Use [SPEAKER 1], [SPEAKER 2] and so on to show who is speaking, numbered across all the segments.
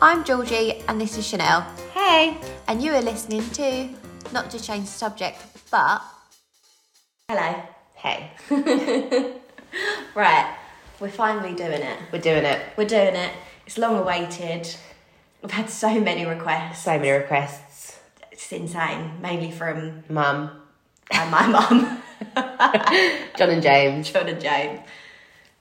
[SPEAKER 1] I'm Georgie and this is Chanel,
[SPEAKER 2] Hey.
[SPEAKER 1] and you are listening to, not to change the subject, but
[SPEAKER 2] Hello.
[SPEAKER 1] hey,
[SPEAKER 2] Right. We're finally doing it.
[SPEAKER 1] we're doing it.
[SPEAKER 2] We're doing it. It's long awaited. We've had so many requests.
[SPEAKER 1] So many requests,
[SPEAKER 2] It's insane, mainly from
[SPEAKER 1] mum,
[SPEAKER 2] uh, my mum,
[SPEAKER 1] John and James.
[SPEAKER 2] John and Jane.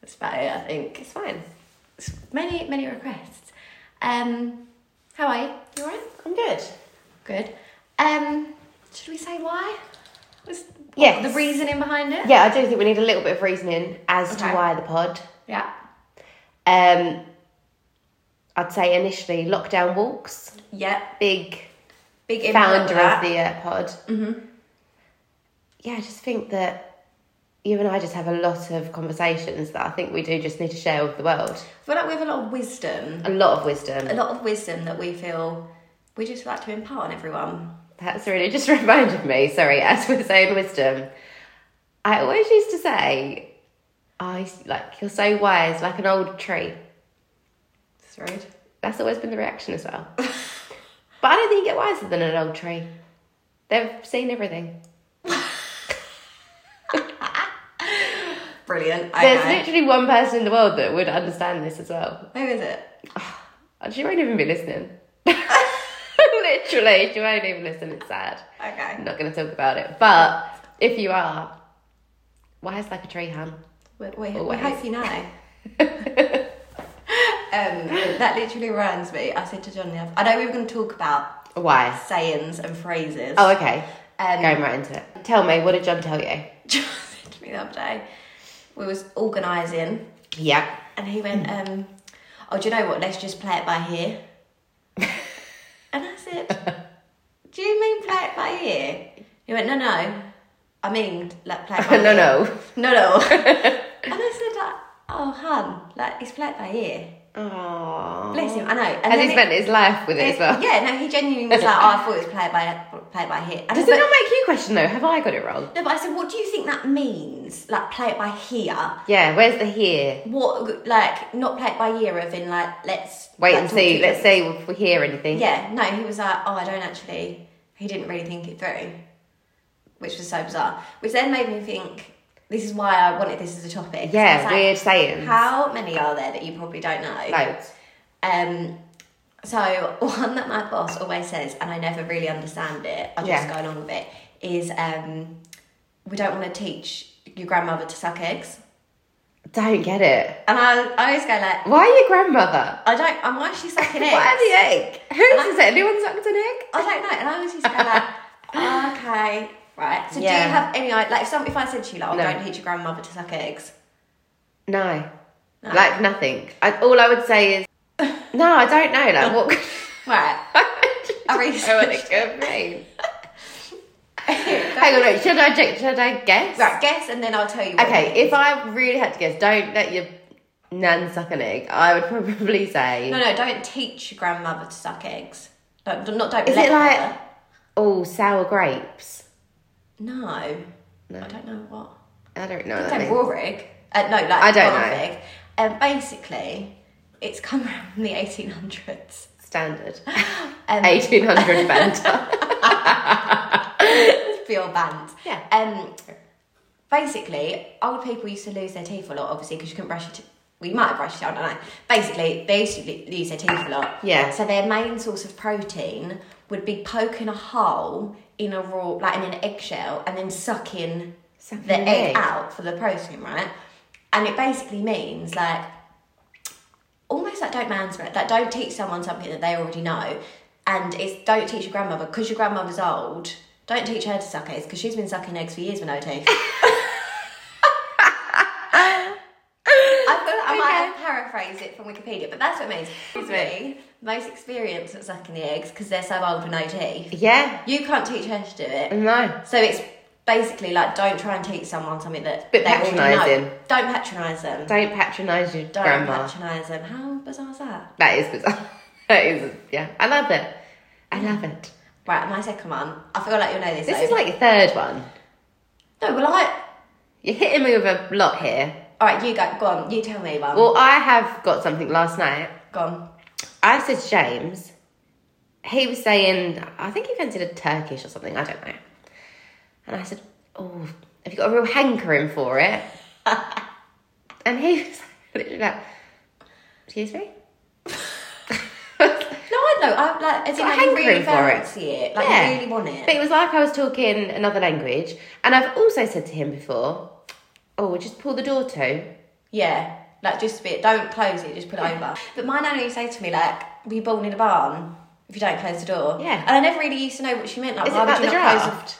[SPEAKER 2] That's about it, I think.
[SPEAKER 1] It's fine.
[SPEAKER 2] It's many, many requests. Um, how are you? You alright?
[SPEAKER 1] I'm good.
[SPEAKER 2] Good. Um, should we say why? Was what
[SPEAKER 1] Yes.
[SPEAKER 2] the reasoning behind it?
[SPEAKER 1] Yeah, I do think we need a little bit of reasoning as to
[SPEAKER 2] Okay.
[SPEAKER 1] why the pod.
[SPEAKER 2] Yeah.
[SPEAKER 1] Um, I'd say initially lockdown walks,
[SPEAKER 2] Yeah.
[SPEAKER 1] big
[SPEAKER 2] Big impact.
[SPEAKER 1] founder of
[SPEAKER 2] that.
[SPEAKER 1] the uh, pod. Yeah, I just think that you and I just have a lot of conversations that I think we do just need to share with the world.
[SPEAKER 2] I feel like we have a lot of wisdom.
[SPEAKER 1] A lot of wisdom.
[SPEAKER 2] a lot of wisdom that we feel we just like to impart on everyone.
[SPEAKER 1] That's really just reminded me, sorry, as we're saying wisdom. I always used to say, I like you're so wise, like an old tree.
[SPEAKER 2] It's rude.
[SPEAKER 1] That's always been the reaction as well. but I don't think you get wiser than an old tree. They've seen everything.
[SPEAKER 2] Brilliant.
[SPEAKER 1] There's
[SPEAKER 2] Okay.
[SPEAKER 1] literally one person in the world that would understand this as well.
[SPEAKER 2] Who is it?
[SPEAKER 1] And She won't even be listening. literally, she won't even listen. It's sad.
[SPEAKER 2] Okay.
[SPEAKER 1] I'm not going to talk about it. But if you are, wise like a tree, hun.
[SPEAKER 2] We, we, we
[SPEAKER 1] Always.
[SPEAKER 2] hope you know. um, that literally reminds me. I said to John the other. I know we were going to talk about
[SPEAKER 1] Wise.
[SPEAKER 2] sayings and phrases.
[SPEAKER 1] Oh, okay.
[SPEAKER 2] Um,
[SPEAKER 1] Going right into it. Tell me, what did John tell you?
[SPEAKER 2] John said to me the other day, we was organising,
[SPEAKER 1] Yeah.
[SPEAKER 2] and he went,
[SPEAKER 1] Hmm.
[SPEAKER 2] um, "Oh, do you know what? Let's just play it by ear." and I said, "Do you mean play it by ear?" He went, "No, no, I mean like play it by
[SPEAKER 1] no,
[SPEAKER 2] ear."
[SPEAKER 1] no.
[SPEAKER 2] No, no. and I said, like, oh, hun, like, he's played by ear.
[SPEAKER 1] Aww.
[SPEAKER 2] Bless him, I know. And
[SPEAKER 1] Oh. Has
[SPEAKER 2] then
[SPEAKER 1] he spent his life with
[SPEAKER 2] it-
[SPEAKER 1] it as well?
[SPEAKER 2] Yeah, no, he genuinely was like, oh, I thought it was played by, played by ear. And I
[SPEAKER 1] Does
[SPEAKER 2] said,
[SPEAKER 1] it not make you question though? Have I got it wrong?
[SPEAKER 2] no, but I said, what do you think that means? Like, play it by here?
[SPEAKER 1] Yeah. Where's the here?
[SPEAKER 2] What, like, not play it by ear of in, like, let's...
[SPEAKER 1] Wait
[SPEAKER 2] like,
[SPEAKER 1] and
[SPEAKER 2] talk to
[SPEAKER 1] see.
[SPEAKER 2] you.
[SPEAKER 1] Let's see if we hear anything.
[SPEAKER 2] Yeah, no, he was like, oh, I don't actually... He didn't really think it through, which was so bizarre. Which then made me think, this is why I wanted this as a topic.
[SPEAKER 1] Yeah.
[SPEAKER 2] It's like,
[SPEAKER 1] weird sayings.
[SPEAKER 2] How many are there that you probably don't know?
[SPEAKER 1] Loads.
[SPEAKER 2] Um, so one that my boss always says, and I never really understand it, I just
[SPEAKER 1] Yeah.
[SPEAKER 2] go along with it, is um, we don't want to teach your grandmother to suck eggs.
[SPEAKER 1] Don't get it.
[SPEAKER 2] And I, I always go like,
[SPEAKER 1] Why your grandmother?
[SPEAKER 2] I don't, and why is she sucking eggs?
[SPEAKER 1] Why the egg? Who's is it? Anyone sucked an egg?
[SPEAKER 2] I don't know. And I always just go like, okay, right. So do
[SPEAKER 1] Yeah.
[SPEAKER 2] you have any, like, if, some, if I said to you, like, oh,
[SPEAKER 1] No.
[SPEAKER 2] don't teach your grandmother to suck eggs.
[SPEAKER 1] No. Like nothing. I, all I would say is, no, I don't know. Like what? could-
[SPEAKER 2] Right.
[SPEAKER 1] I
[SPEAKER 2] researched
[SPEAKER 1] what it could mean. Hang on, wait, should I ju- should I guess?
[SPEAKER 2] Right, guess, and then I'll tell you what it
[SPEAKER 1] Okay,
[SPEAKER 2] is.
[SPEAKER 1] if I really had to guess, don't let your nan suck an egg. I would probably say,
[SPEAKER 2] No, no, don't teach your grandmother to suck eggs. Don't, not don't
[SPEAKER 1] is
[SPEAKER 2] let
[SPEAKER 1] it like
[SPEAKER 2] her.
[SPEAKER 1] oh sour grapes?
[SPEAKER 2] No. I don't know what.
[SPEAKER 1] I don't know. what that
[SPEAKER 2] Don't
[SPEAKER 1] means.
[SPEAKER 2] raw egg. Uh, no, like
[SPEAKER 1] I don't
[SPEAKER 2] raw
[SPEAKER 1] know.
[SPEAKER 2] egg. Um, basically, it's come around from the 1800s.
[SPEAKER 1] Standard
[SPEAKER 2] Um,
[SPEAKER 1] eighteen hundred banter.
[SPEAKER 2] Feel banned.
[SPEAKER 1] Yeah.
[SPEAKER 2] Um, basically, old people used to lose their teeth a lot, obviously, because you couldn't brush your teeth. We might have brushed it, I don't know. Basically, they used to lo- lose their teeth a lot.
[SPEAKER 1] Yeah.
[SPEAKER 2] So their main source of protein would be poking a hole in a raw, like in an eggshell, and then sucking
[SPEAKER 1] Sucking
[SPEAKER 2] the
[SPEAKER 1] an egg.
[SPEAKER 2] egg out for the protein, right? And it basically means like almost like don't manspread, like don't teach someone something that they already know, and it's don't teach your grandmother because your grandmother's old. Don't teach her to suck eggs because she's been sucking eggs for years with no teeth. I feel like I might have paraphrased it from Wikipedia, but that's what it means. Probably most experienced at sucking the eggs because they're so old with no teeth.
[SPEAKER 1] yeah,
[SPEAKER 2] You can't teach her to do it.
[SPEAKER 1] no.
[SPEAKER 2] So it's basically like don't try and teach someone something that
[SPEAKER 1] Bit
[SPEAKER 2] they already
[SPEAKER 1] patronising.
[SPEAKER 2] know. Don't patronise them.
[SPEAKER 1] Don't patronise your
[SPEAKER 2] Don't
[SPEAKER 1] grandma.
[SPEAKER 2] patronise them. How bizarre is that?
[SPEAKER 1] that is bizarre. that is yeah. I love it. I love it.
[SPEAKER 2] Right, my second one. I feel like you'll know this.
[SPEAKER 1] This
[SPEAKER 2] though.
[SPEAKER 1] is like your third one.
[SPEAKER 2] no. Well, I.
[SPEAKER 1] You're hitting me with a lot here.
[SPEAKER 2] All right, you go. Go on. You tell me one.
[SPEAKER 1] Well, I have got something last night.
[SPEAKER 2] go on.
[SPEAKER 1] I said to James, he was saying, I think he fancied Turkish or something, I don't know. And I said, Oh, have you got a real hankering for it? and he was literally like, Excuse me?
[SPEAKER 2] No, I know. I like. As in,
[SPEAKER 1] Got
[SPEAKER 2] like, you
[SPEAKER 1] hankering
[SPEAKER 2] really
[SPEAKER 1] for it.
[SPEAKER 2] fancy it. Like you really want it.
[SPEAKER 1] But it was like I was talking another language. And I've also said to him before, Oh, we'll just pull the door to.
[SPEAKER 2] Yeah, like just a bit. Don't close it. Just put it over. But my nanny used to say to me like, "Were you born in a barn? If you don't close the door."
[SPEAKER 1] Yeah.
[SPEAKER 2] And I never really used to know what she meant. Like,
[SPEAKER 1] Is it
[SPEAKER 2] why
[SPEAKER 1] about
[SPEAKER 2] would you
[SPEAKER 1] the
[SPEAKER 2] not
[SPEAKER 1] draft?
[SPEAKER 2] close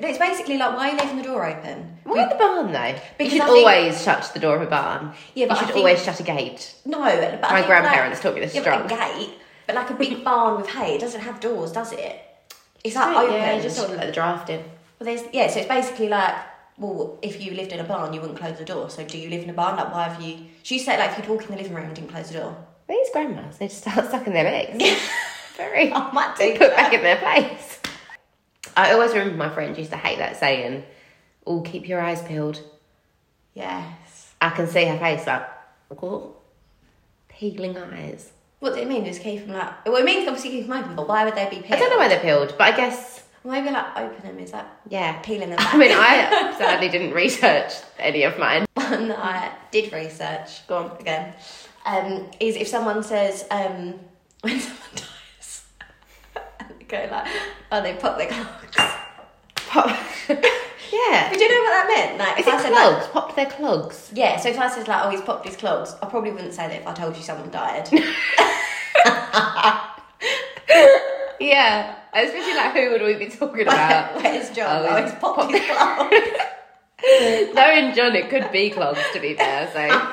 [SPEAKER 2] the? It's basically like, why are you leaving the door open?
[SPEAKER 1] Why the barn though?
[SPEAKER 2] Because
[SPEAKER 1] you
[SPEAKER 2] I
[SPEAKER 1] should
[SPEAKER 2] think-
[SPEAKER 1] always shut the door of a barn.
[SPEAKER 2] Yeah, but I
[SPEAKER 1] you should
[SPEAKER 2] think-
[SPEAKER 1] always shut a gate.
[SPEAKER 2] No, but I
[SPEAKER 1] My
[SPEAKER 2] think,
[SPEAKER 1] grandparents
[SPEAKER 2] like,
[SPEAKER 1] taught me this
[SPEAKER 2] Yeah,
[SPEAKER 1] strong.
[SPEAKER 2] but a gate, but like a big barn with hay, it doesn't have doors, does it? It's like
[SPEAKER 1] Right,
[SPEAKER 2] open.
[SPEAKER 1] Yeah, just sort of let the draft in.
[SPEAKER 2] Well, there's yeah. So it's basically like, well, if you lived in a barn, you wouldn't close the door. So do you live in a barn? Like, why have you? She said like, if you'd walk in the living room and didn't close the door.
[SPEAKER 1] These grandmas, they just start sucking their legs. Very
[SPEAKER 2] I might do
[SPEAKER 1] they put back in their place. I always remember my friend used to hate that saying, "Oh, keep your eyes peeled."
[SPEAKER 2] Yes.
[SPEAKER 1] I can see her face like, "What? Peeling eyes?"
[SPEAKER 2] What do it mean? Just keep them like. Well, it means obviously keep them open, but why would they be peeled?
[SPEAKER 1] I don't know why they're peeled, but I guess
[SPEAKER 2] Maybe like open them is like
[SPEAKER 1] yeah.
[SPEAKER 2] peeling them.
[SPEAKER 1] I mean, I sadly didn't research any of mine.
[SPEAKER 2] one that I did research
[SPEAKER 1] Go on.
[SPEAKER 2] again um, is if someone says um, when someone dies, and they go like, oh, they pop their clogs.
[SPEAKER 1] Pop. yeah.
[SPEAKER 2] But do you know what that meant? Like,
[SPEAKER 1] Is
[SPEAKER 2] if
[SPEAKER 1] it
[SPEAKER 2] I said like,
[SPEAKER 1] clogs? Popped their clogs.
[SPEAKER 2] yeah. So if I said like, oh, he's popped his clogs, I probably wouldn't say that if I told you someone died.
[SPEAKER 1] Yeah. Especially like, who would we be talking about?
[SPEAKER 2] Where's John?
[SPEAKER 1] Oh,
[SPEAKER 2] Oh,
[SPEAKER 1] he's
[SPEAKER 2] he's popped his clogs.
[SPEAKER 1] Knowing John, it could be clogs to be fair.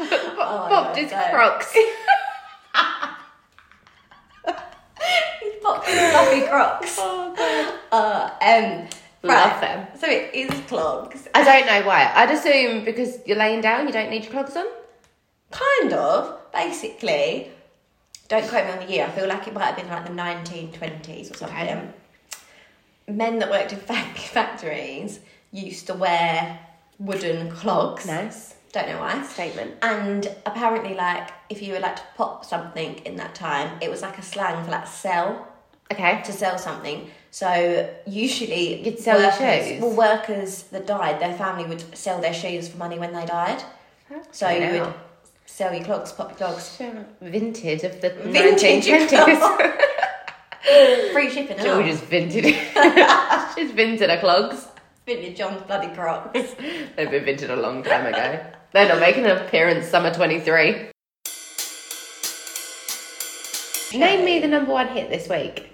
[SPEAKER 1] So Pop- popped
[SPEAKER 2] no,
[SPEAKER 1] his
[SPEAKER 2] don't.
[SPEAKER 1] crocs.
[SPEAKER 2] he's popped his fluffy crocs.
[SPEAKER 1] Oh,
[SPEAKER 2] Uh, um,
[SPEAKER 1] Love
[SPEAKER 2] right.
[SPEAKER 1] them.
[SPEAKER 2] So it is clogs.
[SPEAKER 1] I don't know why. I'd assume because you're laying down, you don't need your clogs on.
[SPEAKER 2] Kind of, basically. Don't quote me on the year. I feel like it might have been like the 1920s or something.
[SPEAKER 1] Okay.
[SPEAKER 2] Men that worked in fac- factories used to wear wooden clogs.
[SPEAKER 1] Nice
[SPEAKER 2] Don't know why.
[SPEAKER 1] statement.
[SPEAKER 2] And apparently, like, if you were like to pop something in that time, it was like a slang for like sell,
[SPEAKER 1] Okay.
[SPEAKER 2] to sell something. So usually,
[SPEAKER 1] You'd sell your
[SPEAKER 2] workers-
[SPEAKER 1] shoes?
[SPEAKER 2] Well, workers that died, their family would sell their shoes for money when they died. So
[SPEAKER 1] I
[SPEAKER 2] you
[SPEAKER 1] know.
[SPEAKER 2] would sell your clogs, pop your clogs.
[SPEAKER 1] Vintage of the
[SPEAKER 2] Vintage
[SPEAKER 1] nineteen twenties.
[SPEAKER 2] Free shipping. and all.
[SPEAKER 1] George is vintage. She's vintage her clogs.
[SPEAKER 2] vintage John's bloody crocs.
[SPEAKER 1] They've been vintage a long time ago. They're not making an appearance summer twenty three. Name me the number one hit this week.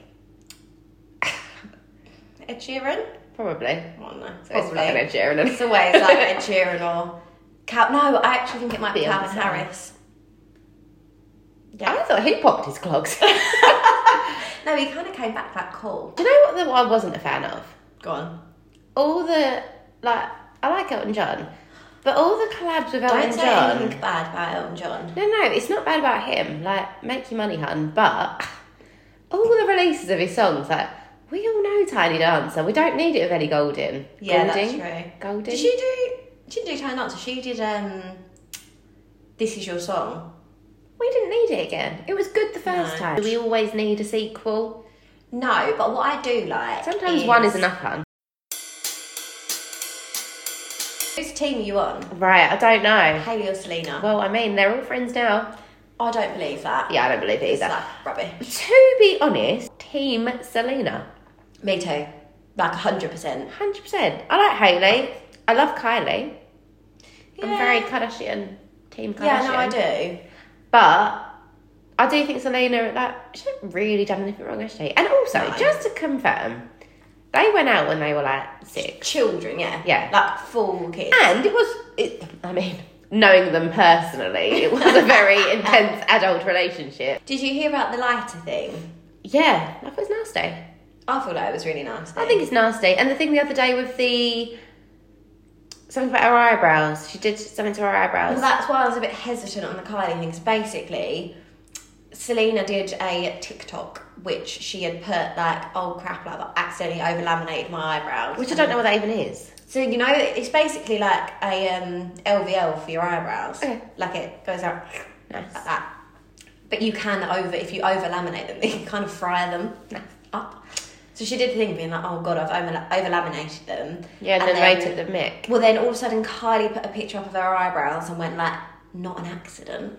[SPEAKER 2] Ed Sheeran?
[SPEAKER 1] Probably.
[SPEAKER 2] Oh no,
[SPEAKER 1] So it's
[SPEAKER 2] probably.
[SPEAKER 1] not an Ed Sheeran.
[SPEAKER 2] It's always like Ed Sheeran or Cal. No, I actually think it might be
[SPEAKER 1] Beyonce.
[SPEAKER 2] Calvin Harris.
[SPEAKER 1] I thought he popped his clogs.
[SPEAKER 2] No, he kind of came back that cool.
[SPEAKER 1] Do you know what the, what I wasn't a fan of?
[SPEAKER 2] Go on.
[SPEAKER 1] All the like, I like Elton John, but all the collabs with Elton
[SPEAKER 2] Don't say
[SPEAKER 1] John.
[SPEAKER 2] anything bad about Elton John.
[SPEAKER 1] No, no, it's not bad about him. Like, make your money, hun. But all the releases of his songs, like, we all know Tiny Dancer. We don't need it with Ellie Goulding.
[SPEAKER 2] Yeah,
[SPEAKER 1] Goulding?
[SPEAKER 2] that's true.
[SPEAKER 1] Goulding.
[SPEAKER 2] Did she do? She didn't do Tiny Dancer. She did. um This is your song.
[SPEAKER 1] We didn't need it again. It was good the first
[SPEAKER 2] No.
[SPEAKER 1] time. Do we always need a sequel?
[SPEAKER 2] No, but what I do like
[SPEAKER 1] Sometimes one is enough, hun.
[SPEAKER 2] Whose team are you on?
[SPEAKER 1] Right, I don't know.
[SPEAKER 2] Haley or Selena?
[SPEAKER 1] Well, I mean, they're all friends now.
[SPEAKER 2] I don't believe that.
[SPEAKER 1] Yeah, I don't believe it
[SPEAKER 2] It's
[SPEAKER 1] either.
[SPEAKER 2] like rubbish.
[SPEAKER 1] To be honest, Team Selena,
[SPEAKER 2] Me too. Like hundred percent.
[SPEAKER 1] hundred percent. I like Hailey. I love Kylie. I'm very Kardashian. Team Kardashian.
[SPEAKER 2] Yeah, no, I do.
[SPEAKER 1] But I do think Selena, like, she hasn't really done anything wrong, has she? And also,
[SPEAKER 2] No.
[SPEAKER 1] just to confirm, they went out when they were like six,
[SPEAKER 2] Children, yeah.
[SPEAKER 1] Yeah.
[SPEAKER 2] Like full kids.
[SPEAKER 1] and it was. It, I mean, knowing them personally, it was a very intense adult relationship.
[SPEAKER 2] Did you hear about the lighter thing?
[SPEAKER 1] Yeah, I thought it was nasty.
[SPEAKER 2] I feel like it was really nice.
[SPEAKER 1] I think it's nasty. And the thing the other day with the something about her eyebrows, she did something to her eyebrows.
[SPEAKER 2] Well, that's why I was a bit hesitant on the Kylie thing. 'cause basically, Selena did a TikTok which she had put like, "Oh crap, like I accidentally over laminated my eyebrows."
[SPEAKER 1] which I don't know what that even is.
[SPEAKER 2] So you know, it's basically like a um, LVL for your eyebrows.
[SPEAKER 1] Okay.
[SPEAKER 2] Like it goes out
[SPEAKER 1] Nice.
[SPEAKER 2] like that. But you can over if you over laminate them, you can kind of fry them up. So she did think being like, oh god, I've over laminated them.
[SPEAKER 1] Yeah, and, then,
[SPEAKER 2] then-
[SPEAKER 1] right at the mick.
[SPEAKER 2] Well, then all of a sudden, Kylie put a picture up of her eyebrows and went like, "Not an accident."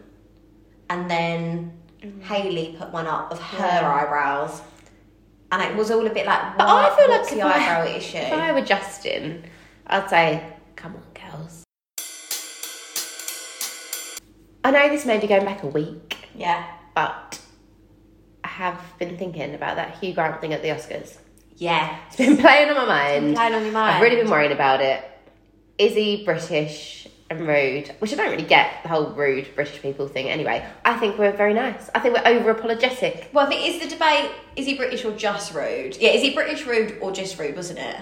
[SPEAKER 2] And then Haley put one up of her
[SPEAKER 1] Mm. Yeah.
[SPEAKER 2] eyebrows, and it was all a bit like,
[SPEAKER 1] But I
[SPEAKER 2] what-
[SPEAKER 1] feel like
[SPEAKER 2] what's
[SPEAKER 1] if
[SPEAKER 2] the
[SPEAKER 1] I-
[SPEAKER 2] eyebrow
[SPEAKER 1] If
[SPEAKER 2] issue?"
[SPEAKER 1] I were Justin, I'd say, come on, girls. I know this may be going back a week,
[SPEAKER 2] Yeah,
[SPEAKER 1] but I have been thinking about that Hugh Grant thing at the Oscars.
[SPEAKER 2] yeah.
[SPEAKER 1] It's been playing on my mind.
[SPEAKER 2] Playing on your mind.
[SPEAKER 1] I've really been worrying about it. Is he British and rude? Which I don't really get the whole rude British people thing anyway. I think we're very nice. I think we're over apologetic.
[SPEAKER 2] Well, I think is the debate: is he British or just rude? Yeah, is he British rude or just rude? Wasn't it?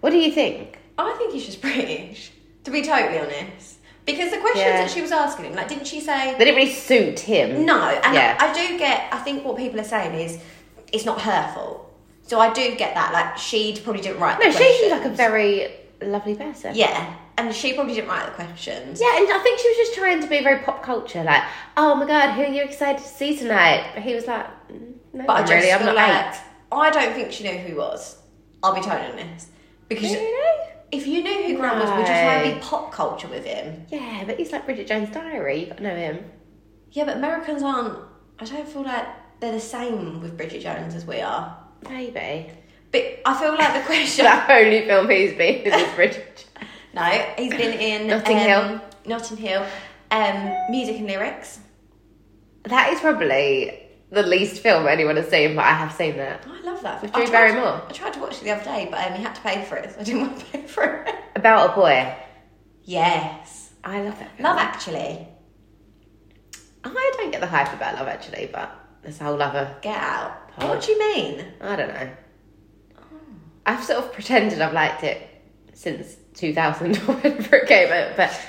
[SPEAKER 1] What do you think?
[SPEAKER 2] I think he's just British, to be totally honest. Because the questions
[SPEAKER 1] Yeah.
[SPEAKER 2] that she was asking him, like, didn't she say?
[SPEAKER 1] They didn't really suit him.
[SPEAKER 2] No, and
[SPEAKER 1] Yeah.
[SPEAKER 2] I, I do get. I think what people are saying is it's not her fault. So I do get that. Like she probably didn't write.
[SPEAKER 1] No,
[SPEAKER 2] the
[SPEAKER 1] she seems
[SPEAKER 2] questions.
[SPEAKER 1] like a very lovely person.
[SPEAKER 2] yeah, and she probably didn't write the questions.
[SPEAKER 1] Yeah, and I think she was just trying to be very pop culture, like, oh my god, who are you excited to see tonight? But he was like, "Mm, no,
[SPEAKER 2] but I
[SPEAKER 1] but
[SPEAKER 2] just
[SPEAKER 1] really, I'm
[SPEAKER 2] feel
[SPEAKER 1] not
[SPEAKER 2] like
[SPEAKER 1] eight.
[SPEAKER 2] I don't think she knew who he was. I'll be totally honest because
[SPEAKER 1] Really?
[SPEAKER 2] if you knew who Grant was, would you try and
[SPEAKER 1] No.
[SPEAKER 2] be pop culture with him?
[SPEAKER 1] Yeah, but he's like Bridget Jones' Diary. You gotta know him.
[SPEAKER 2] Yeah, but Americans aren't. I don't feel like they're the same with Bridget Jones as we are.
[SPEAKER 1] Maybe.
[SPEAKER 2] But I feel like the question.
[SPEAKER 1] That only film he's been in is Bridget Jones.
[SPEAKER 2] No, he's been in
[SPEAKER 1] Notting
[SPEAKER 2] um, Notting Hill, um, music and lyrics.
[SPEAKER 1] That is probably the least film anyone has seen, but I have seen that.
[SPEAKER 2] I love that.
[SPEAKER 1] With
[SPEAKER 2] I
[SPEAKER 1] Drew
[SPEAKER 2] tried-
[SPEAKER 1] Barrymore.
[SPEAKER 2] I tried to watch it the other day, but um, you had to pay for it, so I didn't want to pay for it.
[SPEAKER 1] About a boy.
[SPEAKER 2] Yes,
[SPEAKER 1] I love that film.
[SPEAKER 2] Love Actually,
[SPEAKER 1] I don't get the hype about love actually, but there's a whole other
[SPEAKER 2] Get Out.
[SPEAKER 1] Pardon?
[SPEAKER 2] What do you mean?
[SPEAKER 1] I don't know. I've sort of pretended I've liked it since 2000 or whenever it came out, but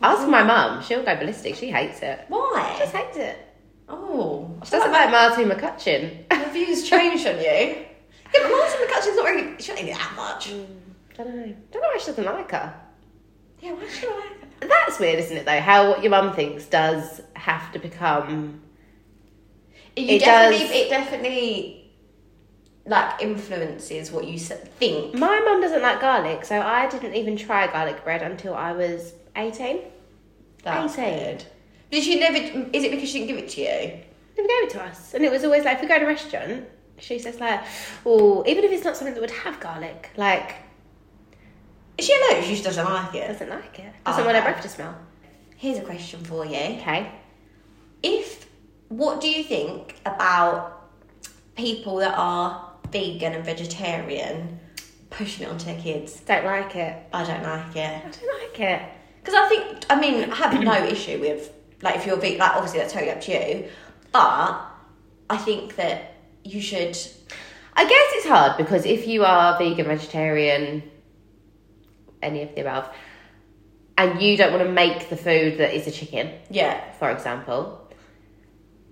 [SPEAKER 1] ask my mum. She'll go ballistic. She hates it. She
[SPEAKER 2] Why?
[SPEAKER 1] just hates it.
[SPEAKER 2] Oh, I
[SPEAKER 1] She
[SPEAKER 2] feel
[SPEAKER 1] doesn't
[SPEAKER 2] like
[SPEAKER 1] like Martin McCutcheon.
[SPEAKER 2] my views changed on you. Yeah, but Martin McCutcheon's not really. She don't need that much.
[SPEAKER 1] Mm. I don't know. don't know why she doesn't like her.
[SPEAKER 2] Yeah, why should I like that?
[SPEAKER 1] That's weird, isn't it, though? How what your mum thinks does have to become.
[SPEAKER 2] You
[SPEAKER 1] It
[SPEAKER 2] definitely,
[SPEAKER 1] does-
[SPEAKER 2] It definitely like influences what you s- think.
[SPEAKER 1] My mum doesn't like garlic, so I didn't even try garlic bread until I was 18.
[SPEAKER 2] That's
[SPEAKER 1] I see.
[SPEAKER 2] good. Did she never? Is it because she didn't give it to you?
[SPEAKER 1] They gave it to us, and it was always like if we go to a restaurant, she says like, "Oh, even if it's not something that would have garlic, like
[SPEAKER 2] Is she alone? She just doesn't like it.
[SPEAKER 1] doesn't like it, doesn't want her breath to smell."
[SPEAKER 2] Here's a question for you.
[SPEAKER 1] Okay,
[SPEAKER 2] If what do you think about people that are vegan and vegetarian pushing it onto their kids?
[SPEAKER 1] don't like it.
[SPEAKER 2] I don't like it
[SPEAKER 1] I don't like it.
[SPEAKER 2] because I think I mean I have no issue with like if you're vegan. Like obviously that's totally up to you, but I think that you should.
[SPEAKER 1] I guess it's hard because if you are vegan, vegetarian, any of the above, and you don't want to make the food that is a chicken,
[SPEAKER 2] Yeah,
[SPEAKER 1] for example,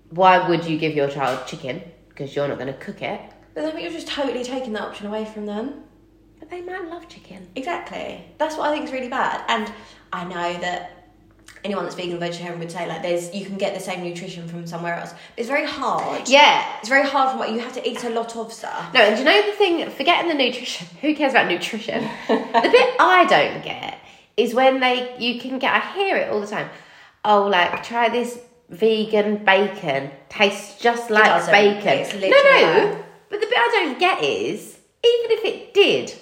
[SPEAKER 1] why would you give your child chicken? Because you're not going to cook it.
[SPEAKER 2] but I think you're just totally taking that option away from them.
[SPEAKER 1] But they might love chicken.
[SPEAKER 2] Exactly. That's what I think is really bad. And I know that anyone that's vegan or vegetarian would say like there's you can get the same nutrition from somewhere else. It's very hard.
[SPEAKER 1] Yeah,
[SPEAKER 2] It's very hard from what you have to eat a lot of stuff.
[SPEAKER 1] No, and do you know the thing? Forgetting the nutrition. Who cares about nutrition? the bit I don't get is when they you can get. I hear it all the time. Oh, like try this vegan bacon. Tastes just like
[SPEAKER 2] doesn't.
[SPEAKER 1] bacon.
[SPEAKER 2] It's
[SPEAKER 1] no,
[SPEAKER 2] literally
[SPEAKER 1] no.
[SPEAKER 2] that.
[SPEAKER 1] But the bit I don't get is even if it did,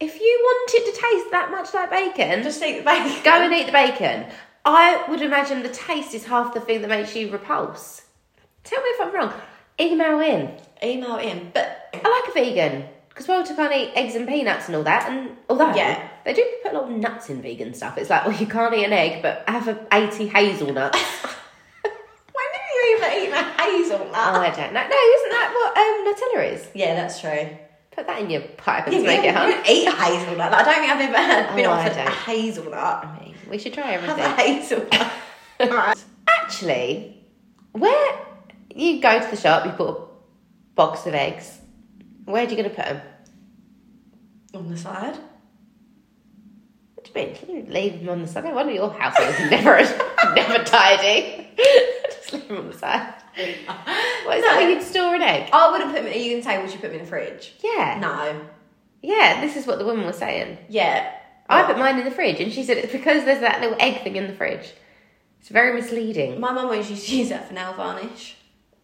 [SPEAKER 1] if you want it to taste that much like bacon,
[SPEAKER 2] Just eat the bacon.
[SPEAKER 1] go and eat the bacon. I would imagine the taste is half the thing that makes you repulse. Tell me if I'm wrong. Email in.
[SPEAKER 2] Email in. But
[SPEAKER 1] I like a vegan because Walter can't eat eggs and peanuts and all that. And although
[SPEAKER 2] Yeah.
[SPEAKER 1] they do put a lot of nuts in vegan stuff, it's like well you can't eat an egg, but have a eighty hazelnuts.
[SPEAKER 2] when did you even eat my hazelnut?
[SPEAKER 1] oh, I don't know. No, isn't that what um, Nutella is?
[SPEAKER 2] yeah, that's true.
[SPEAKER 1] Put that in your pipe and
[SPEAKER 2] You
[SPEAKER 1] make it hard.
[SPEAKER 2] don't eat hazelnut. Like, I don't think I've ever had- been
[SPEAKER 1] Oh, I
[SPEAKER 2] offered a
[SPEAKER 1] don't.
[SPEAKER 2] hazelnut.
[SPEAKER 1] We should try
[SPEAKER 2] Have a
[SPEAKER 1] everything.
[SPEAKER 2] hazelnut. Alright.
[SPEAKER 1] Actually, where you go to the shop, you put a box of eggs. Where are you going to put them?
[SPEAKER 2] On the side.
[SPEAKER 1] What do you mean? Can you leave them on the side? One of your houses never, never tidy. Just slim on the side. What is that where you'd store an egg?
[SPEAKER 2] I wouldn't put them. Are you gonna say would you put them in the fridge?
[SPEAKER 1] Yeah.
[SPEAKER 2] No.
[SPEAKER 1] Yeah, this is what the woman was saying.
[SPEAKER 2] Yeah.
[SPEAKER 1] I put mine in the fridge, and she said it's because there's that little egg thing in the fridge. It's very misleading.
[SPEAKER 2] My mum always used to use that for nail varnish.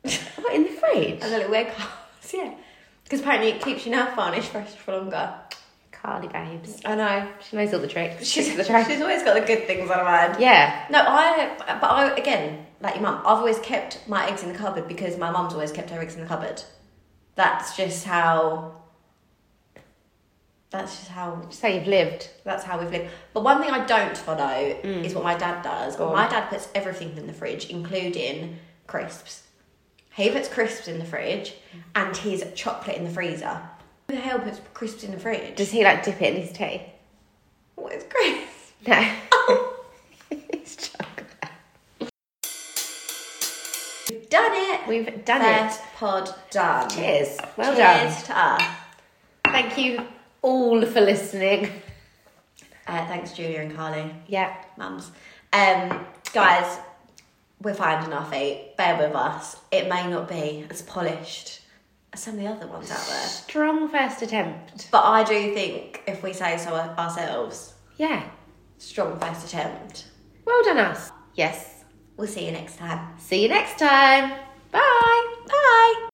[SPEAKER 1] What in the fridge?
[SPEAKER 2] And the little egg holes, yeah. Because apparently it keeps your nail varnish fresh for longer.
[SPEAKER 1] Carly babes.
[SPEAKER 2] I know.
[SPEAKER 1] She knows all the tricks.
[SPEAKER 2] She's,
[SPEAKER 1] She's the
[SPEAKER 2] she's
[SPEAKER 1] trick.
[SPEAKER 2] always got the good things on her mind.
[SPEAKER 1] Yeah.
[SPEAKER 2] No, I. But I again, like your mum, I've always kept my eggs in the cupboard because my mum's always kept her eggs in the cupboard. That's just how. That's just how
[SPEAKER 1] Just how you've lived.
[SPEAKER 2] That's how we've lived. But one thing I don't follow is what my dad does.
[SPEAKER 1] Mm. Go on.
[SPEAKER 2] My dad puts everything in the fridge, including crisps. He puts crisps in the fridge and his chocolate in the freezer. Who the hell puts crisps in the fridge?
[SPEAKER 1] Does he like dip it in his tea?
[SPEAKER 2] what is crisps?
[SPEAKER 1] No. it's chocolate.
[SPEAKER 2] We've done it.
[SPEAKER 1] We've done
[SPEAKER 2] First pod done.
[SPEAKER 1] it. Cheers. Well
[SPEAKER 2] Cheers to us.
[SPEAKER 1] done. Thank you all for listening.
[SPEAKER 2] Uh, thanks, Julia and Carly,
[SPEAKER 1] Yeah.
[SPEAKER 2] mums. Um, guys, we're finding our feet. Bear with us. It may not be as polished as some of the other ones out there.
[SPEAKER 1] Strong first attempt.
[SPEAKER 2] But I do think if we say so ourselves,
[SPEAKER 1] Yeah.
[SPEAKER 2] strong first attempt.
[SPEAKER 1] Well done, us. Yes.
[SPEAKER 2] We'll see you next time.
[SPEAKER 1] See you next time. Bye. Bye.